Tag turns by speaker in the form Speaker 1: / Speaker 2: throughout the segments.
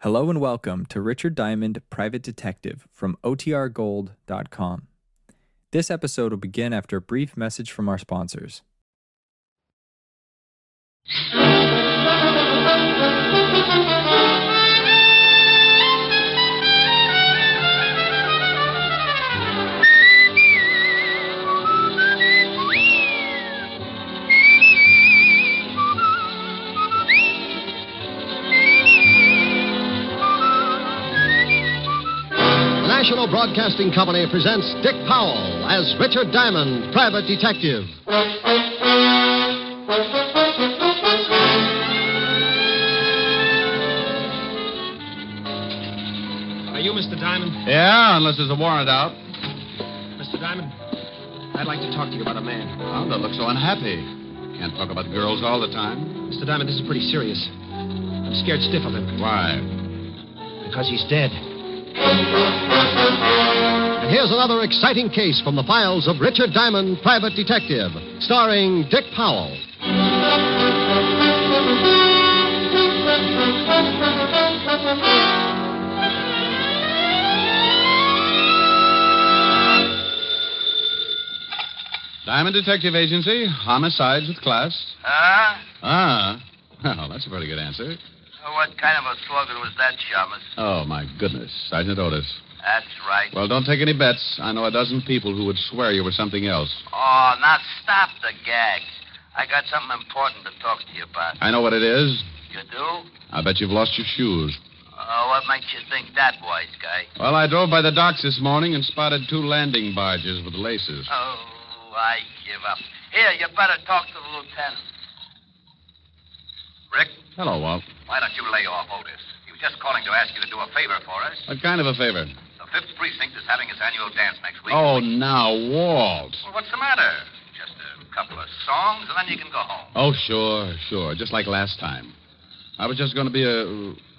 Speaker 1: Hello and welcome to Richard Diamond, Private Detective from OTRGold.com. This episode will begin after a brief message from our sponsors.
Speaker 2: The National Broadcasting Company presents Dick Powell as Richard Diamond, private detective.
Speaker 3: Are you Mr. Diamond?
Speaker 4: Yeah, unless there's a warrant out.
Speaker 3: Mr. Diamond, I'd like to talk to you about a man.
Speaker 4: Oh, don't look so unhappy. Can't talk about girls all the time.
Speaker 3: Mr. Diamond, this is pretty serious. I'm scared stiff of him
Speaker 4: Why?
Speaker 3: because he's dead.
Speaker 2: And here's another exciting case from the files of Richard Diamond, private detective, starring Dick Powell.
Speaker 4: Diamond Detective Agency, homicides with class.
Speaker 5: Huh?
Speaker 4: Ah, well, that's a pretty good answer.
Speaker 5: What kind of a slogan was that, Shamus?
Speaker 4: Oh, my goodness, Sergeant Otis.
Speaker 5: That's right.
Speaker 4: Well, don't take any bets. I know a dozen people who would swear you were something else.
Speaker 5: Oh, now stop the gags. I got something important to talk to you about.
Speaker 4: I know what it is.
Speaker 5: You do?
Speaker 4: I bet you've lost your shoes.
Speaker 5: Oh, what makes you think that, wise guy?
Speaker 4: Well, I drove by the docks this morning and spotted two landing barges with laces.
Speaker 5: Oh, I give up. Here, you better talk to the lieutenant. Rick,
Speaker 4: Hello, Walt.
Speaker 5: why don't you lay off Otis? He was just calling to ask you to do a favor for us.
Speaker 4: What kind of a favor?
Speaker 5: The Fifth Precinct is having its annual dance next week.
Speaker 4: Oh, now, Walt.
Speaker 5: Well, what's the matter? Just a couple of songs, and then you can go home.
Speaker 4: Oh, sure, sure. Just like last time. I was just going to be a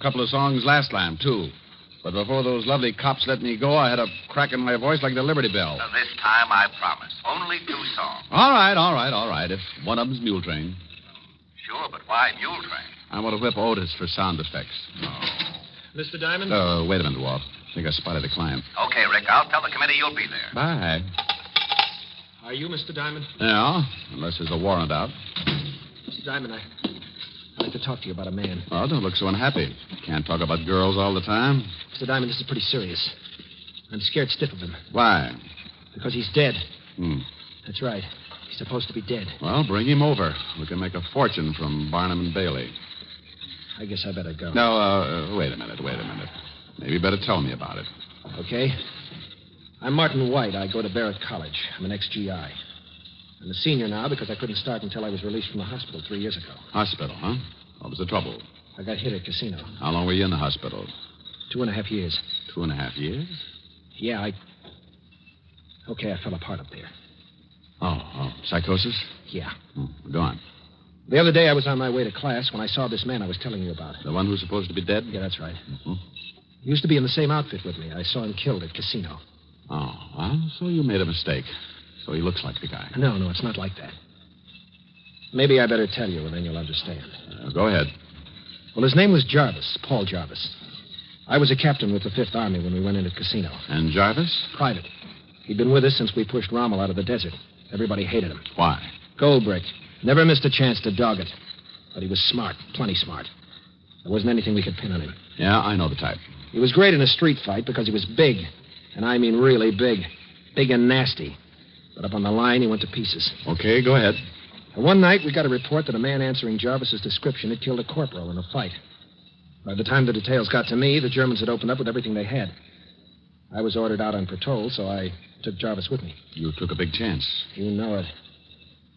Speaker 4: couple of songs last time, too. But before those lovely cops let me go, I had a crack in my voice like the Liberty Bell.
Speaker 5: Now, this time I promise. Only two songs.
Speaker 4: All right, all right, all right. If one of them's Mule Train,
Speaker 5: Sure, but why Mule Train?
Speaker 4: I want to whip Otis for sound effects.
Speaker 3: Mr. Diamond?
Speaker 2: Uh.
Speaker 4: Oh, wait a minute, Walt. I think I spotted a client.
Speaker 5: Okay, Rick, I'll tell the committee you'll be there.
Speaker 4: Bye.
Speaker 3: Are you Mr. Diamond?
Speaker 4: Yeah, unless there's a warrant out.
Speaker 3: Mr. Diamond, I, I'd like to talk to you about a man.
Speaker 4: Oh, don't look so unhappy. Can't talk about girls all the time.
Speaker 3: Mr. Diamond, this is pretty serious. I'm scared stiff of him
Speaker 4: Why?
Speaker 3: because he's dead.
Speaker 4: Hmm.
Speaker 3: That's right. He's supposed to be dead.
Speaker 4: Well, bring him over. We can make a fortune from Barnum and Bailey.
Speaker 3: I guess I better go.
Speaker 4: No, uh, uh, wait a minute, wait a minute. Maybe you better tell me about it.
Speaker 3: Okay? I'm Martin White. I go to Barrett College. I'm an ex-GI. I'm a senior now because I couldn't start until I was released from the hospital three years ago.
Speaker 4: Hospital, huh? What was the trouble?
Speaker 3: I got hit at casino.
Speaker 4: How long were you in the hospital?
Speaker 3: Two and a half years.
Speaker 4: Two and a half years?
Speaker 3: Yeah, I. Okay, I fell apart up there.
Speaker 4: Oh, oh, psychosis?
Speaker 3: Yeah.
Speaker 4: Hmm, go on.
Speaker 3: The other day I was on my way to class when I saw this man I was telling you about.
Speaker 4: The one who's supposed to be dead?
Speaker 3: Yeah, that's right.
Speaker 4: Mhm.
Speaker 3: He used to be in the same outfit with me. I saw him killed at casino.
Speaker 4: Oh, well, so you made a mistake. So he looks like the guy.
Speaker 3: No, no, it's not like that. Maybe I better tell you, and then you'll understand.
Speaker 4: Uh, go ahead.
Speaker 3: Well, his name was Jarvis, Paul Jarvis. I was a captain with the Fifth Army when we went into casino.
Speaker 4: And Jarvis?
Speaker 3: Private. He'd been with us since we pushed Rommel out of the desert. Everybody hated him.
Speaker 4: Why?
Speaker 3: Goldbrick. Never missed a chance to dog it. But he was smart, plenty smart. There wasn't anything we could pin on him.
Speaker 4: Yeah, I know the type.
Speaker 3: He was great in a street fight because he was big. And I mean really big. Big and nasty. But up on the line, he went to pieces.
Speaker 4: Okay, go ahead.
Speaker 3: And one night, we got a report that a man answering Jarvis's description had killed a corporal in a fight. By the time the details got to me, the Germans had opened up with everything they had. I was ordered out on patrol, so I took Jarvis with me.
Speaker 4: You took a big chance.
Speaker 3: You know it.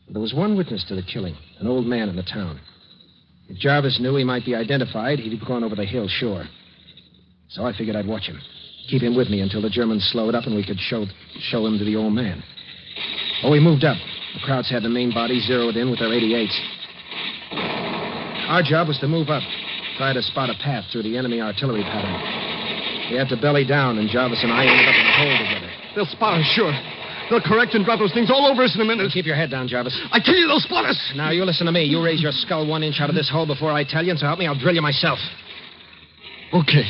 Speaker 3: There was one witness to the killing, an old man in the town. If Jarvis knew he might be identified, he'd have gone over the hill, sure. So I figured I'd watch him, keep him with me until the Germans slowed up and we could show, show him to the old man. Oh, we moved up. The crowds had the main body zeroed in with their 88s. Our job was to move up, try to spot a path through the enemy artillery pattern. We had to belly down, and Jarvis and I ended up in a hole together.
Speaker 2: They'll spot us, sure. They'll correct and drop those things all over us in a minute.
Speaker 3: Keep your head down, Jarvis.
Speaker 2: I tell you, they'll spot us.
Speaker 3: Now, you listen to me. You raise your skull one inch out of this hole before I tell you, and so help me, I'll drill you myself.
Speaker 6: Okay.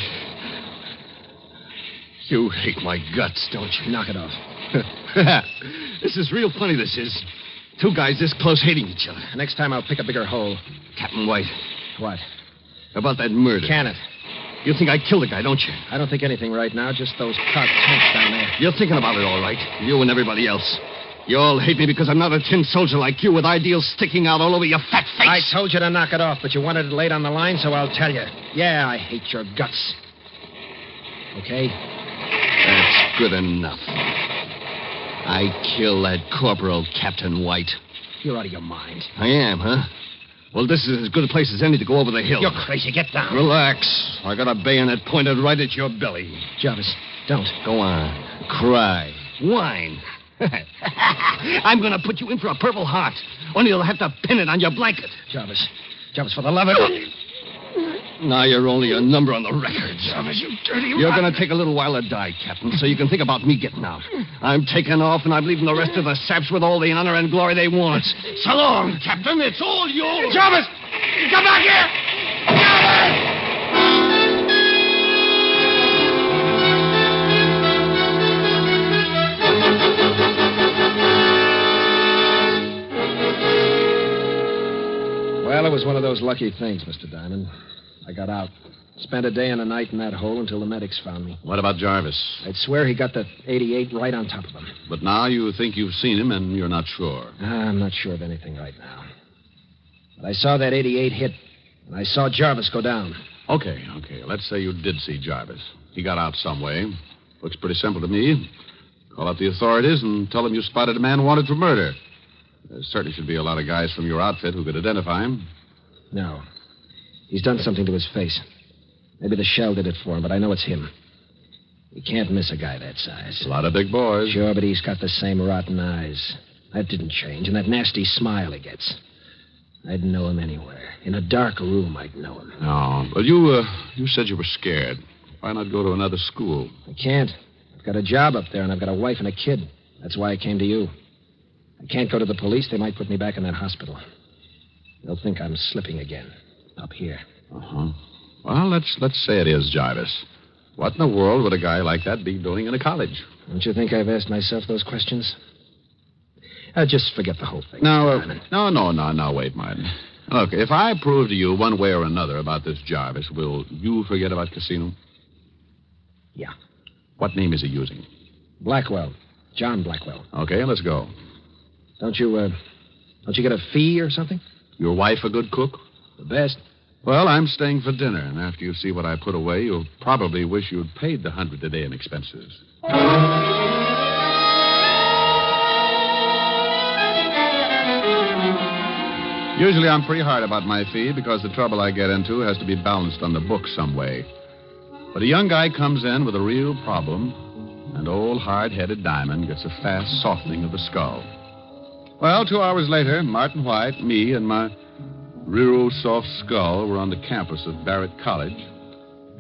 Speaker 6: You hate my guts, don't you?
Speaker 3: Knock it off.
Speaker 6: this is real funny, this is. Two guys this close hating each other.
Speaker 3: Next time I'll pick a bigger hole.
Speaker 6: Captain White,
Speaker 3: What?
Speaker 6: about that murder.
Speaker 3: Can it?
Speaker 6: You think I killed the guy, don't you?
Speaker 3: I don't think anything right now, just those cocked tanks down there.
Speaker 6: You're thinking about it, all right. You and everybody else. You all hate me because I'm not a tin soldier like you with ideals sticking out all over your fat face.
Speaker 3: I told you to knock it off, but you wanted it laid on the line, so I'll tell you. Yeah, I hate your guts. Okay?
Speaker 6: That's good enough. I kill that corporal, Captain White.
Speaker 3: You're out of your mind.
Speaker 6: I am, huh? Well, this is as good a place as any to go over the hill.
Speaker 3: You're crazy. Get down.
Speaker 6: Relax. I got a bayonet pointed right at your belly.
Speaker 3: Jarvis, don't.
Speaker 6: Go on. Cry. Whine. I'm going to put you in for a Purple Heart. Only you'll have to pin it on your blanket.
Speaker 3: Jarvis. Jarvis, for the love of...
Speaker 6: Now you're only a number on the record. Jarvis, you dirty You're going to take a little while to die, Captain, so you can think about me getting out. I'm taking off, and I'm leaving the rest of the saps with all the honor and glory they want. So long, Captain. It's all yours. Jarvis! Come back here! Jarvis!
Speaker 3: Well, it was one of those lucky things, Mr. Diamond. I got out. Spent a day and a night in that hole until the medics found me.
Speaker 4: What about Jarvis?
Speaker 3: I'd swear he got the 88 right on top of him.
Speaker 4: But now you think you've seen him and you're not sure.
Speaker 3: Ah, I'm not sure of anything right now. But I saw that 88 hit, and I saw Jarvis go down.
Speaker 4: Okay, okay. Let's say you did see Jarvis. He got out some way. Looks pretty simple to me. Call up the authorities and tell them you spotted a man wanted for murder. There certainly should be a lot of guys from your outfit who could identify him.
Speaker 3: No. He's done something to his face. Maybe the shell did it for him, but I know it's him. You can't miss a guy that size.
Speaker 4: A lot of big boys.
Speaker 3: Sure, but he's got the same rotten eyes. That didn't change, and that nasty smile he gets. I'd know him anywhere. In a dark room, I'd know him.
Speaker 4: No, but you uh, you said you were scared. Why not go to another school?
Speaker 3: I can't. I've got a job up there, and I've got a wife and a kid. That's why I came to you. I can't go to the police. They might put me back in that hospital. They'll think I'm slipping again. Up here.
Speaker 4: Uh huh. Well, let's let's say it is Jarvis. What in the world would a guy like that be doing in a college?
Speaker 3: Don't you think I've asked myself those questions? Uh, just forget the whole thing.
Speaker 4: Now,
Speaker 3: Simon.
Speaker 4: uh, no, no, no, no. Wait, Martin. Look, if I prove to you one way or another about this Jarvis, will you forget about Casino?
Speaker 3: Yeah.
Speaker 4: What name is he using?
Speaker 3: Blackwell. John Blackwell.
Speaker 4: Okay, let's go.
Speaker 3: Don't you, uh, don't you get a fee or something?
Speaker 4: Your wife a good cook?
Speaker 3: The best.
Speaker 4: Well, I'm staying for dinner, and after you see what I put away, you'll probably wish you'd paid the hundred a day in expenses. Usually I'm pretty hard about my fee because the trouble I get into has to be balanced on the book some way. But a young guy comes in with a real problem, and old hard headed Diamond gets a fast softening of the skull. Well, two hours later, Martin White, me, and my Rural Soft Skull were on the campus of Barrett College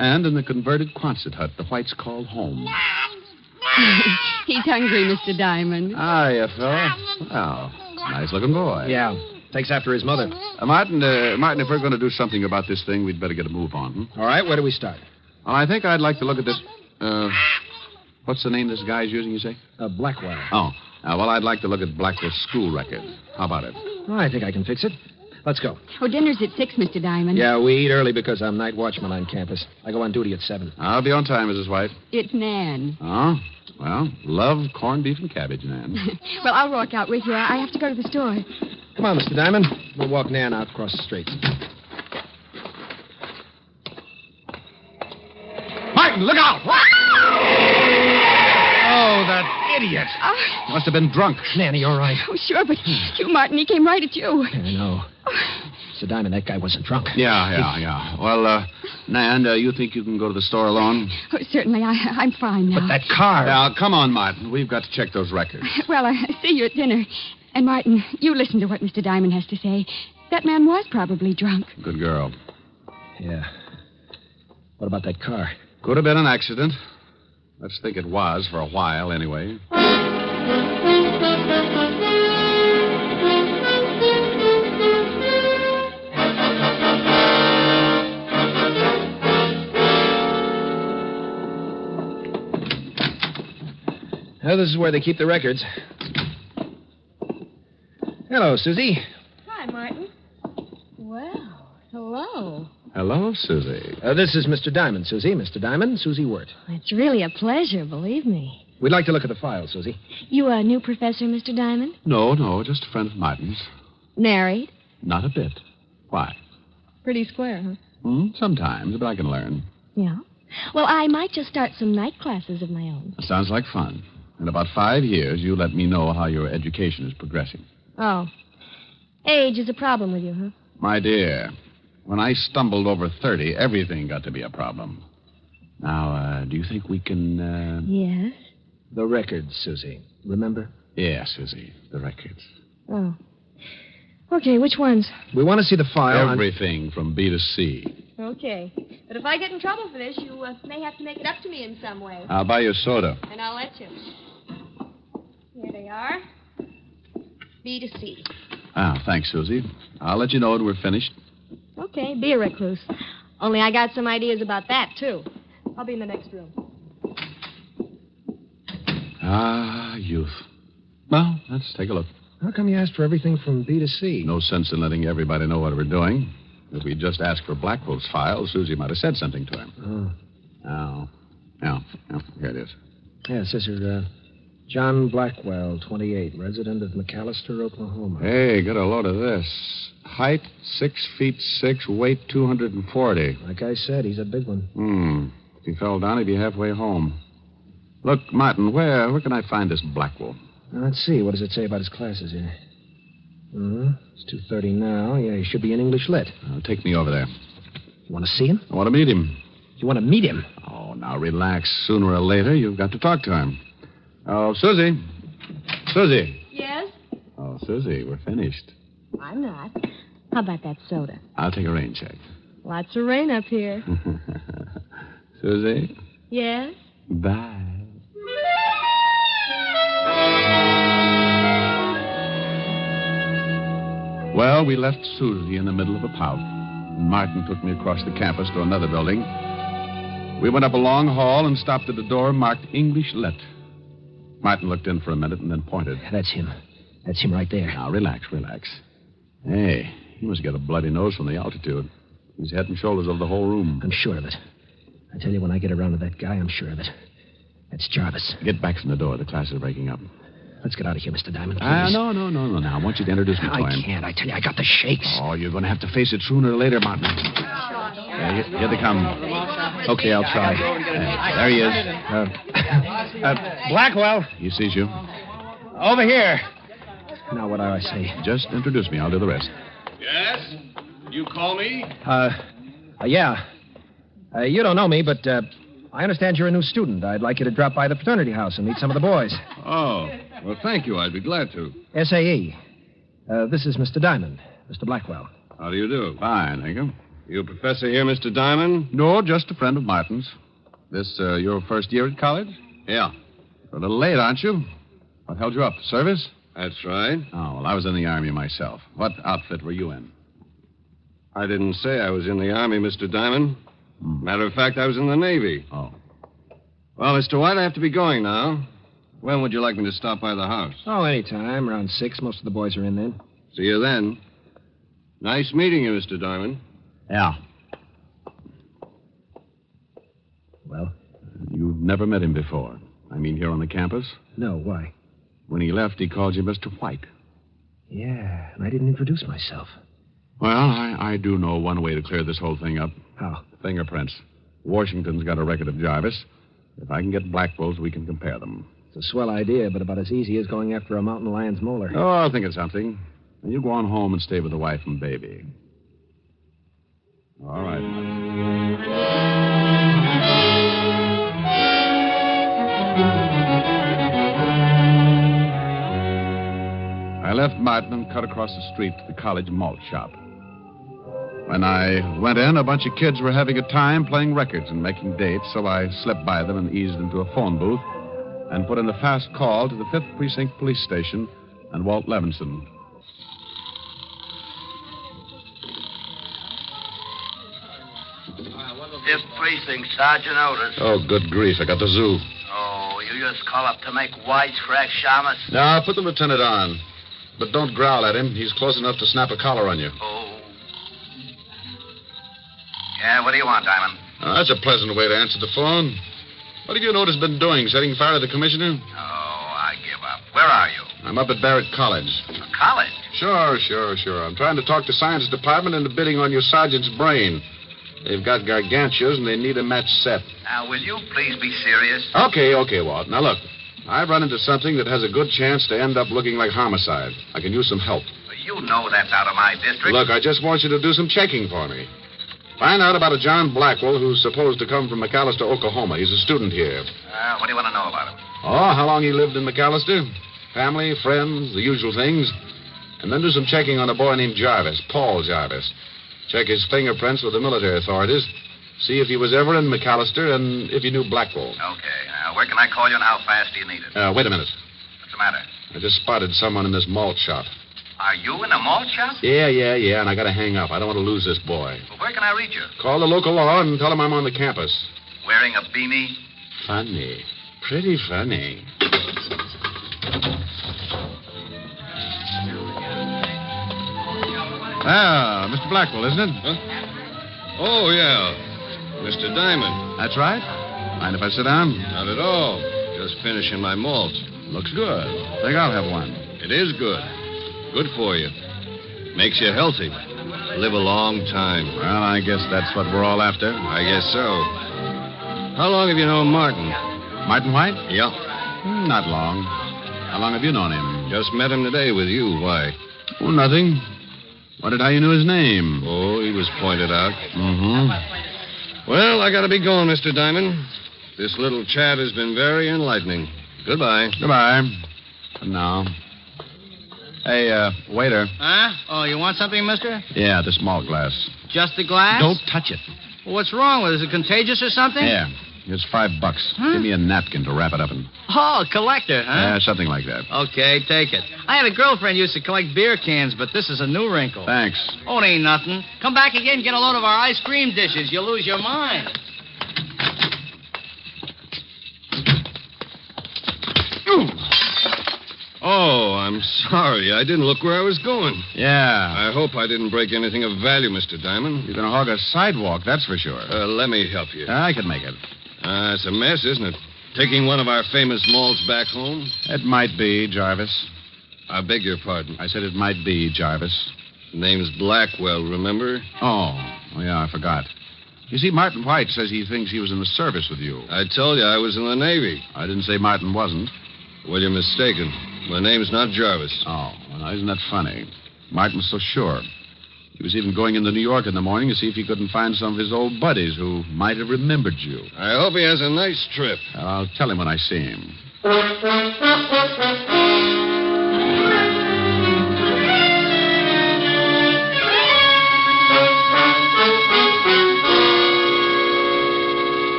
Speaker 4: and in the converted Quonset hut the Whites called home.
Speaker 7: He's hungry, Mr. Diamond.
Speaker 4: Hiya, fella. Wow, nice looking boy.
Speaker 3: Yeah. Takes after his mother.
Speaker 4: Uh, Martin, uh, Martin, if we're going to do something about this thing, we'd better get a move on. Hmm?
Speaker 3: All right, where do we start?
Speaker 4: Well, I think I'd like to look at this. Uh, what's the name this guy's using, you say?
Speaker 3: Uh, Blackwell.
Speaker 4: Oh, uh, well, I'd like to look at Blackwell's school record. How about it?
Speaker 3: Oh, I think I can fix it. Let's go.
Speaker 7: Oh, dinner's at six, Mr. Diamond.
Speaker 3: Yeah, we eat early because I'm night watchman on campus. I go on duty at seven.
Speaker 4: I'll be on time, Mrs. White.
Speaker 7: It's Nan.
Speaker 4: Oh, well, love corned beef and cabbage, Nan.
Speaker 7: Well, I'll walk out with you. I I have to go to the store.
Speaker 3: Come on, Mr. Diamond. We'll walk Nan out across the street.
Speaker 6: Martin, look out! Oh, that idiot.
Speaker 7: Oh,
Speaker 4: Must have been drunk.
Speaker 3: Nanny, all right.
Speaker 7: oh, sure, but you, Martin, he came right at you.
Speaker 3: I know. Mr. Diamond, that guy wasn't drunk.
Speaker 4: Yeah, yeah, yeah. Well, uh, Nan, uh, you think you can go to the store alone?
Speaker 7: Oh, certainly, I, I'm fine now.
Speaker 3: But that car.
Speaker 4: Now, come on, Martin. We've got to check those records.
Speaker 7: Well, I I see you at dinner. And, Martin, you listen to what Mr. Diamond has to say. That man was probably drunk.
Speaker 4: Good girl.
Speaker 3: Yeah. What about that car?
Speaker 4: Could have been an accident. Let's think it was for a while, anyway.
Speaker 3: Now, this is where they keep the records. Hello, Susie.
Speaker 7: Hi, Martin. Well, hello.
Speaker 4: Hello, Susie.
Speaker 3: Uh, this is Mr. Diamond, Susie. Mr. Diamond, Susie Wirt.
Speaker 8: It's really a pleasure, believe me.
Speaker 3: We'd like to look at the file, Susie.
Speaker 8: You a new professor, Mr. Diamond?
Speaker 4: No, no, just a friend of Martin's.
Speaker 8: Married?
Speaker 4: Not a bit. Why?
Speaker 8: Pretty square, huh?
Speaker 4: Hmm, sometimes, but I can learn.
Speaker 8: Yeah. Well, I might just start some night classes of my own.
Speaker 4: That sounds like fun. In about five years, you let me know how your education is progressing.
Speaker 8: Oh. Age is a problem with you, huh?
Speaker 4: My dear, when I stumbled over 30, everything got to be a problem. Now, uh, do you think we can. Uh...
Speaker 8: Yes.
Speaker 3: The records, Susie. Remember?
Speaker 4: Yeah, Susie, the records.
Speaker 8: Oh. Okay, which ones?
Speaker 3: We want to see the file. on-
Speaker 4: Everything from B to C.
Speaker 9: Okay. But if I get in trouble for this, you uh, may have to make it up to me in some way.
Speaker 4: I'll buy you soda.
Speaker 9: And I'll let you. Here they are. B to C.
Speaker 4: Ah, thanks, Susie. I'll let you know when we're finished.
Speaker 8: Okay, be a recluse. Only I got some ideas about that, too. I'll be in the next room.
Speaker 4: Ah, youth. Well, let's take a look.
Speaker 3: How come you asked for everything from B to C?
Speaker 4: No sense in letting everybody know what we're doing. If we just asked for Blackwell's file, Susie might have said something to him.
Speaker 3: Oh.
Speaker 4: Oh. No. No. Here it is.
Speaker 3: Yeah, it says here, uh, John Blackwell, 28, resident of McAllister, Oklahoma.
Speaker 4: Hey, get a load of this. Height, six feet six, weight, 240.
Speaker 3: Like I said, he's a big one.
Speaker 4: Hmm. If he fell down, he'd be halfway home. Look, Martin, where where can I find this Blackwell?
Speaker 3: Now, let's see. What does it say about his classes here? Hmm. It's 2.30 now. Yeah, he should be in English Lit.
Speaker 4: Uh, take me over there.
Speaker 3: You want to see him?
Speaker 4: I want to meet him.
Speaker 3: You want to meet him?
Speaker 4: Oh, now relax. Sooner or later, you've got to talk to him. Oh, Susie. Susie.
Speaker 9: Yes?
Speaker 4: Oh, Susie, we're finished.
Speaker 8: I'm not. How about that soda?
Speaker 4: I'll take a rain check.
Speaker 8: Lots of rain up here.
Speaker 4: Susie,
Speaker 8: Yes?
Speaker 4: bye. Well, we left Susie in the middle of a pout. Martin took me across the campus to another building. We went up a long hall and stopped at a door marked English Lit. Martin looked in for a minute and then pointed.
Speaker 3: That's him. That's him right there.
Speaker 4: Now, relax, relax. Hey, he must get a bloody nose from the altitude. He's head and shoulders over the whole room.
Speaker 3: I'm sure of it. I tell you, when I get around to that guy, I'm sure of it. That's Jarvis.
Speaker 4: Get back from the door. The class is breaking up.
Speaker 3: Let's get out of here, Mr. Diamond.
Speaker 4: Ah,
Speaker 3: please.
Speaker 4: no, no, no, no, no. I want you to introduce me to
Speaker 3: I
Speaker 4: him.
Speaker 3: can't. I tell you, I got the shakes.
Speaker 4: Oh, you're going to have to face it sooner or later, Martin. Yeah, here, here they come. Okay, I'll try. Yeah, there he is.
Speaker 3: Uh, uh, Blackwell,
Speaker 4: He sees you.
Speaker 3: over here. Now, what do I say?
Speaker 4: Just introduce me. I'll do the rest.
Speaker 6: Yes? You call me?
Speaker 3: Uh, uh, yeah. Uh, you don't know me, but uh, I understand you're a new student. I'd like you to drop by the fraternity house and meet some of the boys.
Speaker 4: Oh, well, thank you. I'd be glad to.
Speaker 3: SAE. Uh, this is Mr. Diamond, Mr. Blackwell.
Speaker 4: How do you do? Fine, thank you.
Speaker 6: You professor here, Mr. Diamond?
Speaker 4: No, just a friend of Martin's. This uh, your first year at college?
Speaker 6: Yeah.
Speaker 4: A little late, aren't you? What held you up? Service?
Speaker 6: That's right.
Speaker 4: Oh, well, I was in the Army myself. What outfit were you in?
Speaker 6: I didn't say I was in the Army, Mr. Diamond. Matter of fact, I was in the Navy.
Speaker 4: Hmm. Oh.
Speaker 6: Well, Mr. White, I have to be going now. When would you like me to stop by the house?
Speaker 3: Oh, anytime. Around six. Most of the boys are in then.
Speaker 6: See you then. Nice meeting you, Mr. Diamond.
Speaker 4: Yeah.
Speaker 3: Well,
Speaker 4: You've never met him before. I mean, here on the campus.
Speaker 3: no. Why?
Speaker 4: When he left, he called you Mr. White.
Speaker 3: Yeah, and I didn't introduce myself.
Speaker 4: Well, I, I do know one way to clear this whole thing up
Speaker 3: How?
Speaker 4: fingerprints. Washington's got a record of Jarvis. If I can get Blackwell's, we can compare them.
Speaker 3: It's a swell idea, but about as easy as going after a mountain lion's molar.
Speaker 4: Oh, I'll think of something. And you go on home and stay with the wife and baby. All right. I left Martin and cut across the street to the college malt shop. When I went in, a bunch of kids were having a time playing records and making dates, so I slipped by them and eased into a phone booth and put in a fast call to the 5th Precinct Police Station and Walt Levinson.
Speaker 5: Fifth Precinct, Sergeant Otis.
Speaker 4: Oh, good grief. I got the zoo.
Speaker 5: Oh, you yours call up to make wisecrack shamus?
Speaker 4: Now, put the lieutenant on. But don't growl at him. He's close enough to snap a collar on you.
Speaker 5: Oh. Yeah, what do you want, Diamond?
Speaker 4: Now, Uh, that's a pleasant way to answer the phone. What have you notice been doing? Setting fire to the commissioner?
Speaker 5: Oh, I give up. Where are you?
Speaker 4: I'm up at Barrett College.
Speaker 5: College.
Speaker 4: Sure, sure, sure. I'm trying to talk to science department into bidding on your sergeant's brain. They've got gargantuas and they need a match set.
Speaker 5: Now, will you please be serious?
Speaker 4: Okay, okay, Walt. Now look, I've run into something that has a good chance to end up looking like homicide. I can use some help.
Speaker 5: You know that's out of my district.
Speaker 4: Look, I just want you to do some checking for me. Find out about a John Blackwell who's supposed to come from McAllister, Oklahoma. He's a student here.
Speaker 5: Uh, what do you want to know about him?
Speaker 4: Oh, how long he lived in McAllister? Family, friends, the usual things. And then do some checking on a boy named Jarvis, Paul Jarvis. Check his fingerprints with the military authorities. See if he was ever in McAllister and if he knew Blackwell.
Speaker 5: Okay. Now, where can I call you and how fast do you need it?
Speaker 4: Uh, wait a minute.
Speaker 5: What's the matter?
Speaker 4: I just spotted someone in this malt shop.
Speaker 5: Are you in a malt shop?
Speaker 4: Yeah, yeah, yeah, and I gotta hang up. I don't want to lose this boy.
Speaker 5: Well, where can I reach you?
Speaker 4: Call the local law and tell him I'm on the campus.
Speaker 5: Wearing a beanie?
Speaker 4: Funny. Pretty funny. Ah, Mr. Blackwell, isn't it?
Speaker 10: Oh, yeah. Mr. Diamond.
Speaker 4: That's right. Mind if I sit down?
Speaker 10: Not at all. Just finishing my malt. Looks good.
Speaker 4: I think I'll have one.
Speaker 10: It is good. Good for you. Makes you healthy. Live a long time.
Speaker 4: Well, I guess that's what we're all after.
Speaker 10: I guess so. How long have you known Martin?
Speaker 4: Martin White?
Speaker 10: Yeah.
Speaker 4: Hmm, Not long. How long have you known him?
Speaker 10: Just met him today with you. Why?
Speaker 4: Oh, nothing. Wondered how you knew his name.
Speaker 10: Oh, he was pointed out.
Speaker 4: Mm-hmm.
Speaker 10: Well, I gotta be going, Mr. Diamond. This little chat has been very enlightening. Goodbye.
Speaker 4: Goodbye. For now. Hey, uh, waiter.
Speaker 11: Huh? Oh, you want something, mister?
Speaker 4: Yeah, the small glass.
Speaker 11: Just a glass?
Speaker 4: Don't touch it.
Speaker 11: Well, what's wrong with it? Is it contagious or something?
Speaker 4: Yeah. It's five bucks.
Speaker 11: Huh?
Speaker 4: Give me a napkin to wrap it up in.
Speaker 11: Oh, collector, huh?
Speaker 4: Yeah, something like that.
Speaker 11: Okay, take it. I had a girlfriend used to collect beer cans, but this is a new wrinkle.
Speaker 4: Thanks.
Speaker 11: Oh, it ain't nothing. Come back again and get a load of our ice cream dishes. You'll lose your mind.
Speaker 10: Oh, I'm sorry. I didn't look where I was going.
Speaker 4: Yeah.
Speaker 10: I hope I didn't break anything of value, Mr. Diamond.
Speaker 4: You're going to hog a sidewalk, that's for sure.
Speaker 10: Uh, let me help you.
Speaker 4: I can make it.
Speaker 10: Uh, it's a mess, isn't it? Taking one of our famous malls back home.
Speaker 4: It might be, Jarvis.
Speaker 10: I beg your pardon.
Speaker 4: I said it might be, Jarvis.
Speaker 10: Name's Blackwell, remember?
Speaker 4: Oh. Oh, yeah, I forgot. You see, Martin White says he thinks he was in the service with you.
Speaker 10: I told you I was in the Navy.
Speaker 4: I didn't say Martin wasn't.
Speaker 10: Well, you're mistaken. My name's not Jarvis.
Speaker 4: Oh, well, now, isn't that funny? Martin was so sure. He was even going into New York in the morning to see if he couldn't find some of his old buddies who might have remembered you.
Speaker 10: I hope he has a nice trip.
Speaker 4: I'll tell him when I see him.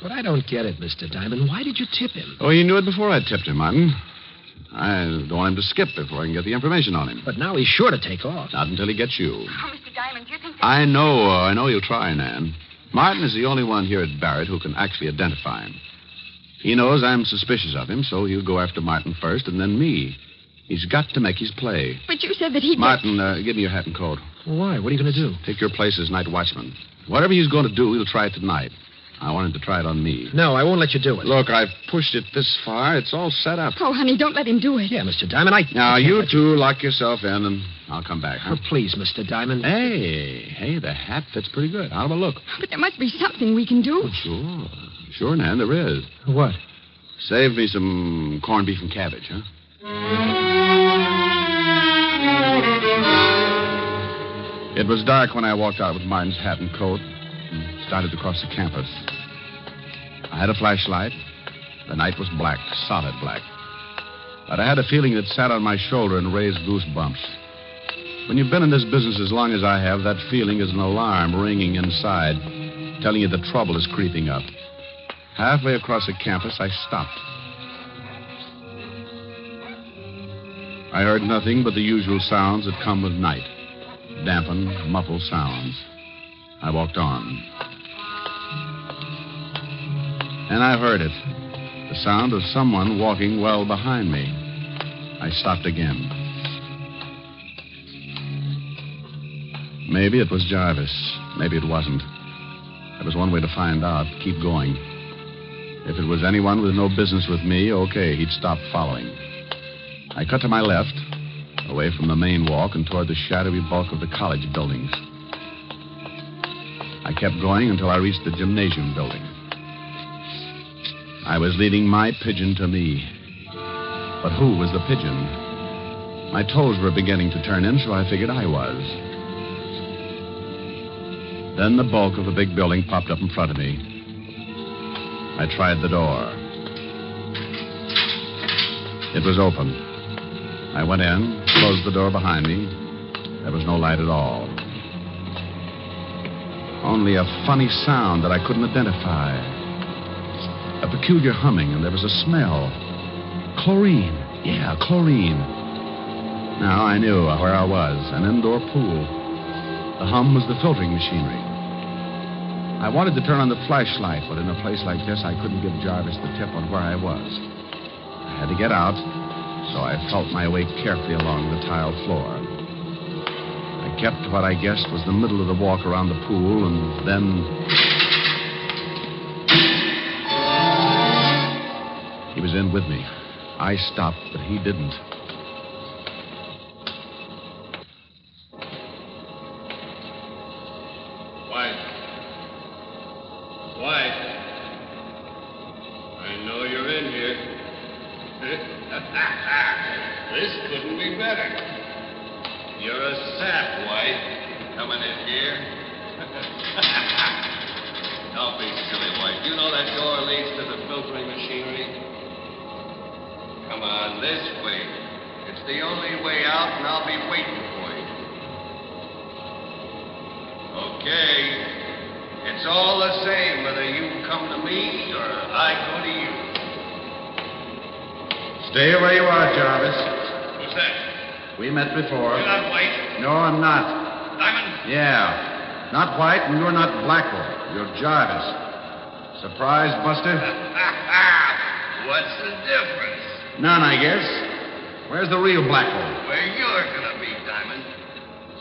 Speaker 3: But I don't get it, Mr. Diamond. Why did you tip him?
Speaker 4: Oh, he knew it before I tipped him, Martin. I don't want him to skip before I can get the information on him.
Speaker 3: But now he's sure to take off.
Speaker 4: Not until he gets you.
Speaker 9: Oh, Mr. Diamond, do you think that...
Speaker 4: I know, uh, I know you'll try, Nan. Martin is the only one here at Barrett who can actually identify him. He knows I'm suspicious of him, so he'll go after Martin first and then me. He's got to make his play.
Speaker 7: But you said that he.
Speaker 4: Martin, uh, give me your hat and coat.
Speaker 3: Why? What are you going to do?
Speaker 4: Take your place as night watchman. Whatever he's going to do, he'll try it tonight. I want him to try it on me.
Speaker 3: No, I won't let you do it.
Speaker 4: Look, I've pushed it this far. It's all set up.
Speaker 7: Oh, honey, don't let him do it.
Speaker 3: Yeah, Mr. Diamond, I. I
Speaker 4: Now,
Speaker 3: can't
Speaker 4: you
Speaker 3: let
Speaker 4: two lock yourself in, and I'll come back, huh?
Speaker 3: Oh, please, Mr. Diamond.
Speaker 4: Eh? Hey, hey, the hat fits pretty good. I'll have a look. Oh,
Speaker 7: But there must be something we can do.
Speaker 4: Sure. Sure, Nan, there is.
Speaker 3: What?
Speaker 4: Save me some corned beef and cabbage, huh? It was dark when I walked out with Martin's hat and coat and started across the campus. I had a flashlight. The night was black, solid black. But I had a feeling that sat on my shoulder and raised goosebumps. When you've been in this business as long as I have, that feeling is an alarm ringing inside, telling you the trouble is creeping up. Halfway across the campus, I stopped. I heard nothing but the usual sounds that come with night dampened, muffled sounds. I walked on. And I heard it the sound of someone walking well behind me. I stopped again. Maybe it was Jarvis. Maybe it wasn't. There was one way to find out. Keep going. If it was anyone with no business with me, okay, he'd stop following. I cut to my left, away from the main walk and toward the shadowy bulk of the college buildings. I kept going until I reached the gymnasium building. I was leading my pigeon to me. But who was the pigeon? My toes were beginning to turn in, so I figured I was. Then the bulk of a big building popped up in front of me. I tried the door. It was open. I went in, closed the door behind me. There was no light at all. Only a funny sound that I couldn't identify. A peculiar humming, and there was a smell. Chlorine. Yeah, chlorine. Now I knew where I was an indoor pool. The hum was the filtering machinery. I wanted to turn on the flashlight, but in a place like this, I couldn't give Jarvis the tip on where I was. I had to get out, so I felt my way carefully along the tile floor. I kept to what I guessed was the middle of the walk around the pool, and then. He was in with me. I stopped, but he didn't.
Speaker 5: White. White. I know you're in here. this couldn't be better. You're a sap, White, coming in here. Don't be silly, White. You know that door leads to the filtering machinery. Come on, this way. It's the only way out, and I'll be waiting for you. Okay. It's all the same whether you come to me or I go to you.
Speaker 4: Stay where you are, Jarvis.
Speaker 5: Who's that?
Speaker 4: We met before.
Speaker 5: You're not white.
Speaker 4: No, I'm not.
Speaker 5: Diamond?
Speaker 4: Yeah. Not white, and you're not Blackwell. You're Jarvis. Surprise, Buster?
Speaker 5: What's the difference?
Speaker 4: None, I guess. Where's the real Blackwell?
Speaker 5: Where you're gonna be, Diamond.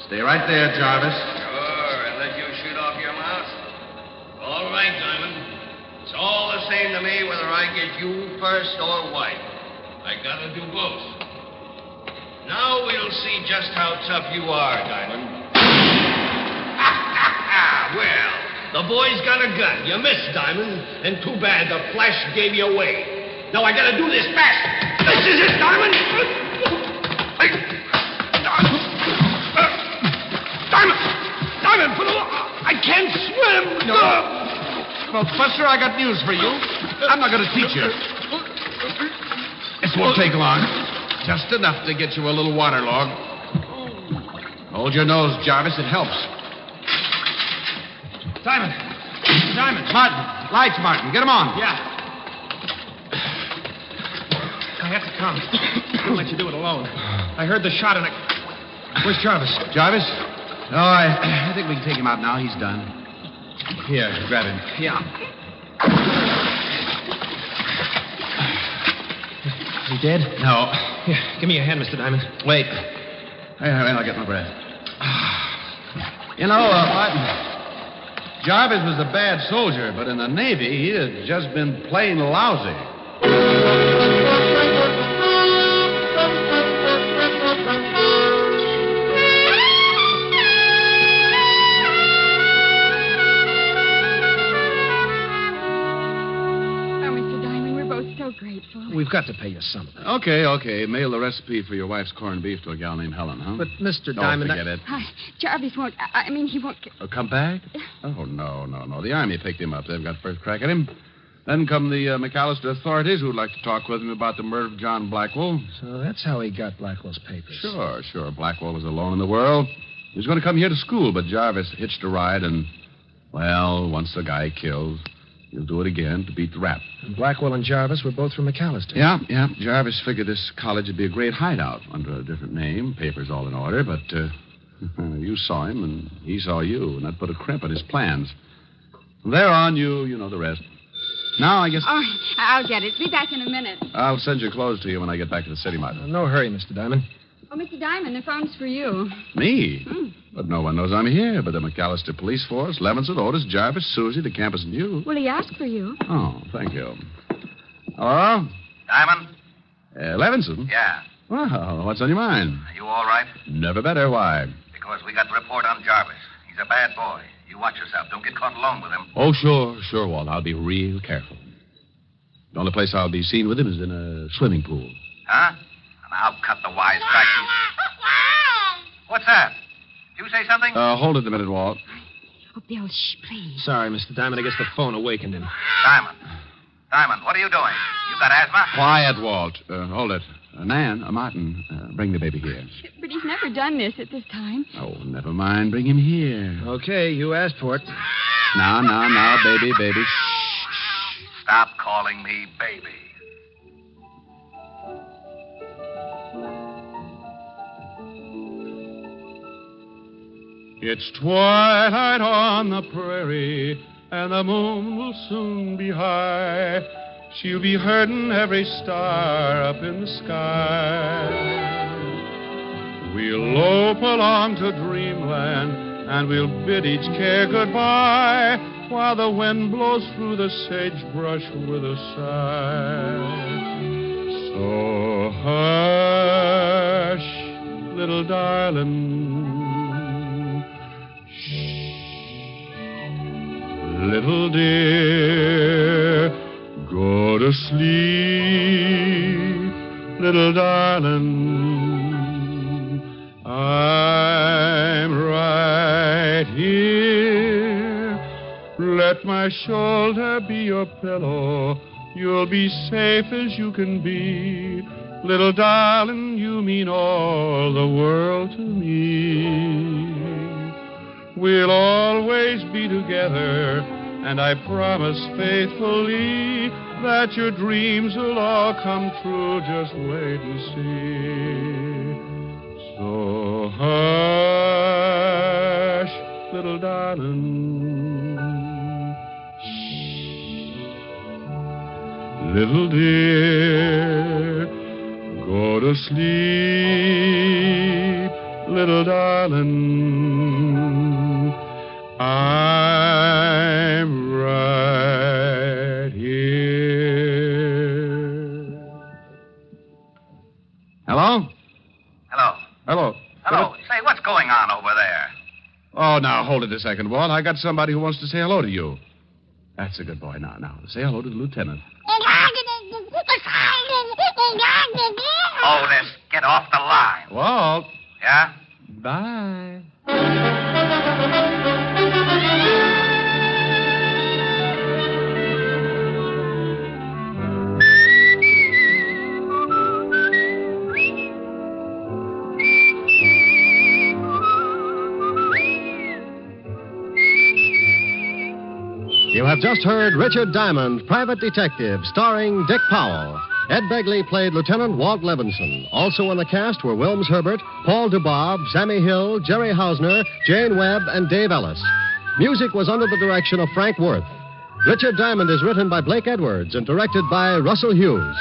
Speaker 4: Stay right there, Jarvis.
Speaker 5: Sure, and let you shoot off your mouth? All right, Diamond. It's all the same to me whether I get you first or white. I gotta do both. Now we'll see just how tough you are, Diamond. well, the boy's got a gun. You missed, Diamond, and too bad the flash gave you away. Now I gotta do this fast. This is it, Diamond. Diamond! Diamond, for the lo- I can't swim! No.
Speaker 4: Well, Buster, I got news for you. I'm not going to teach you. This won't take long. Just enough to get you a little waterlogged. Hold your nose, Jarvis. It helps. Diamond. Diamond. Martin. Lights, Martin. Get him on. Yeah.
Speaker 12: I have to come. I won't let you do it alone. I heard the shot and I.
Speaker 4: Where's Jarvis? Jarvis? No, I, I think we can take him out now. He's done. Here, grab him.
Speaker 12: Yeah.
Speaker 4: Is he dead? No.
Speaker 12: Here, give me your hand, Mr. Diamond.
Speaker 4: Wait. Wait, wait, I'll get my breath. You know, uh, Martin, Jarvis was a bad soldier, but in the Navy, he had just been plain lousy.
Speaker 2: Oh, Oh, Mr. Diamond, we're both so grateful.
Speaker 3: We've got to pay you something.
Speaker 4: Okay, okay. Mail the recipe for your wife's corned beef to a gal named Helen, huh?
Speaker 3: But, Mr.
Speaker 4: Don't
Speaker 3: Diamond,
Speaker 4: forget it.
Speaker 2: Hi, Jarvis won't. I, I mean, he won't. get-
Speaker 4: Oh, come back? Oh, no, no, no. The Army picked him up. They've got first crack at him. Then come the uh, McAllister authorities who'd like to talk with him about the murder of John Blackwell.
Speaker 3: So Oh, that's how he got Blackwell's papers.
Speaker 4: Sure, sure. Blackwell was alone in the world. He was going to come here to school, but Jarvis hitched a ride, and, well, once the guy kills, he'll do it again to beat the rap.
Speaker 3: And Blackwell and Jarvis were both from McAllister.
Speaker 4: Yeah, yeah. Jarvis figured this college would be a great hideout under a different name. Papers all in order, but uh, you saw him, and he saw you, and that put a crimp in his plans. From there on, you, you know the rest.
Speaker 13: Now I guess
Speaker 7: All right, I- I'll get it. Be back in a minute.
Speaker 13: I'll send your clothes to you when I get back to the city, Martha.
Speaker 14: No hurry, Mr. Diamond.
Speaker 7: Oh, Mr. Diamond, the phone's for you.
Speaker 13: Me?
Speaker 7: Hmm.
Speaker 13: But no one knows I'm here but the McAllister Police Force, Levinson, Otis, Jarvis, Susie, the campus, and you.
Speaker 7: Well, he asked for you.
Speaker 13: Oh, thank you. Hello?
Speaker 5: Diamond?
Speaker 13: Uh, Levinson?
Speaker 5: Yeah.
Speaker 13: Well, what's on your mind?
Speaker 5: Are you all right?
Speaker 13: Never better. Why?
Speaker 5: Because we got the report on Jarvis. He's a bad boy. You watch yourself. Don't get caught alone with him.
Speaker 13: Oh, sure, sure, Walt. I'll be real careful. The only place I'll be seen with him is in a swimming pool.
Speaker 5: Huh? And I'll cut the wise What's that? Did you say something?
Speaker 13: Uh, hold it a minute, Walt.
Speaker 7: Oh, Bill, shh, please.
Speaker 14: Sorry, Mr. Diamond. I guess the phone awakened him.
Speaker 5: Diamond. Diamond, what are you doing? You got asthma?
Speaker 13: Quiet, Walt. Uh, hold it. Uh, Nan, uh, Martin, uh, bring the baby here.
Speaker 7: But he's never done this at this time.
Speaker 13: Oh, never mind. Bring him here.
Speaker 14: Okay, you asked for it.
Speaker 13: Now, now, now, baby, baby.
Speaker 5: Stop calling me baby.
Speaker 4: It's twilight on the prairie, and the moon will soon be high. She'll be herding every star up in the sky. We'll lope along to dreamland, and we'll bid each care goodbye, while the wind blows through the sagebrush with a sigh. So hush, little darling. Little dear, go to sleep, little darling. I'm right here. Let my shoulder be your pillow. You'll be safe as you can be. Little darling, you mean all the world to me. We'll always be together, and I promise faithfully that your dreams will all come true. Just wait and see. So hush, little darling. Shh. Little dear, go to sleep, little darling. I'm right here.
Speaker 13: Hello?
Speaker 5: Hello.
Speaker 13: Hello.
Speaker 5: Hello. Say, what's going on over there?
Speaker 13: Oh, now, hold it a second, Walt. I got somebody who wants to say hello to you. That's a good boy. Now, now, say hello to the lieutenant.
Speaker 5: Otis, get off the line.
Speaker 13: Walt.
Speaker 5: Yeah?
Speaker 13: Bye.
Speaker 3: You have just heard Richard Diamond, Private Detective, starring Dick Powell. Ed Begley played Lieutenant Walt Levinson. Also in the cast were Wilms Herbert, Paul DeBob, Sammy Hill, Jerry Hausner, Jane Webb, and Dave Ellis. Music was under the direction of Frank Worth. Richard Diamond is written by Blake Edwards and directed by Russell Hughes.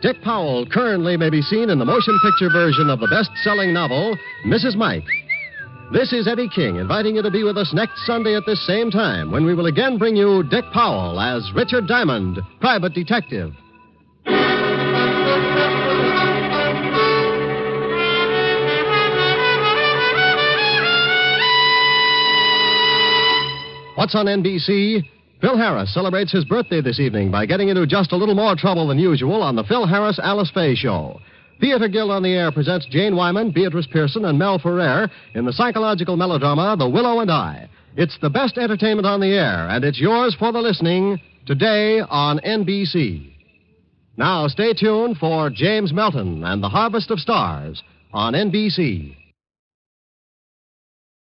Speaker 3: Dick Powell currently may be seen in the motion picture version of the best selling novel, Mrs. Mike. This is Eddie King inviting you to be with us next Sunday at this same time when we will again bring you Dick Powell as Richard Diamond, private detective. What's on NBC? Phil Harris celebrates his birthday this evening by getting into just a little more trouble than usual on the Phil Harris Alice Faye Show. Theater Guild on the Air presents Jane Wyman, Beatrice Pearson, and Mel Ferrer in the psychological melodrama The Willow and I. It's the best entertainment on the air, and it's yours for the listening today on NBC. Now stay tuned for James Melton and the Harvest of Stars on NBC.